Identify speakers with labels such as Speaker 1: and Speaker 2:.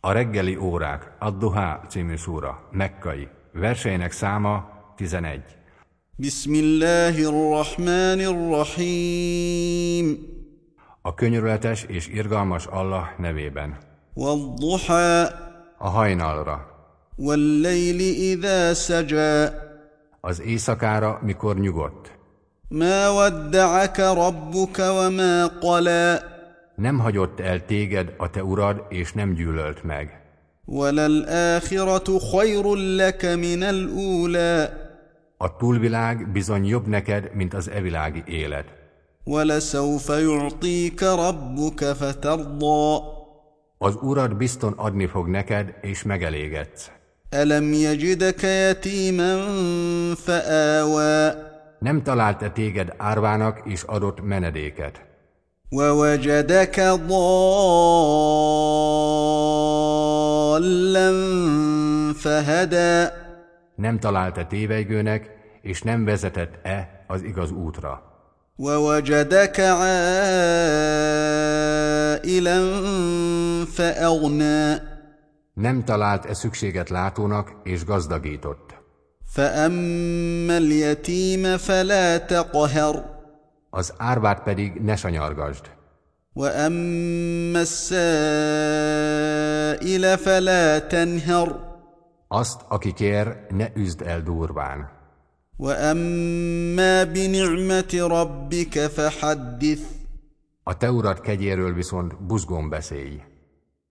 Speaker 1: A reggeli órák, Ad-Duhá című szúra, mekkai. Verseinek száma 11.
Speaker 2: بسم الله الرحمن الرحيم
Speaker 1: A könyörületes és irgalmas Allah nevében.
Speaker 2: والضحى
Speaker 1: A hajnalra.
Speaker 2: والليل إذا سجى
Speaker 1: Az éjszakára, mikor nyugodt.
Speaker 2: ما ودعك ربك وما قلى
Speaker 1: Nem hagyott el téged a te urad, és nem gyűlölt meg.
Speaker 2: وللآخرة خير لك من الأولى
Speaker 1: A túlvilág bizony jobb neked, mint az evilági élet.
Speaker 2: ولسوف يعطيك ربك فترضى
Speaker 1: Az urad bizton adni fog neked, és megelégedsz.
Speaker 2: ألم يجدك يتيما فآوى
Speaker 1: Nem talált-e téged árvának, és adott menedéket?
Speaker 2: ووجدك ضالا فهدى
Speaker 1: Nem talált-e tévejgőnek, és nem vezetett-e az igaz útra?
Speaker 2: ووجدك عائلا فاغنى
Speaker 1: Nem talált-e szükséget látónak, és gazdagított?
Speaker 2: فاما اليتيم فلا تقهر
Speaker 1: Az árvát pedig ne sanyargasd,
Speaker 2: واما السائل فلا تنهر
Speaker 1: azt, aki kér, ne üzd el durván.
Speaker 2: واما بنعمه ربك فحدث
Speaker 1: A te urad kegyéről viszont buzgón beszélj.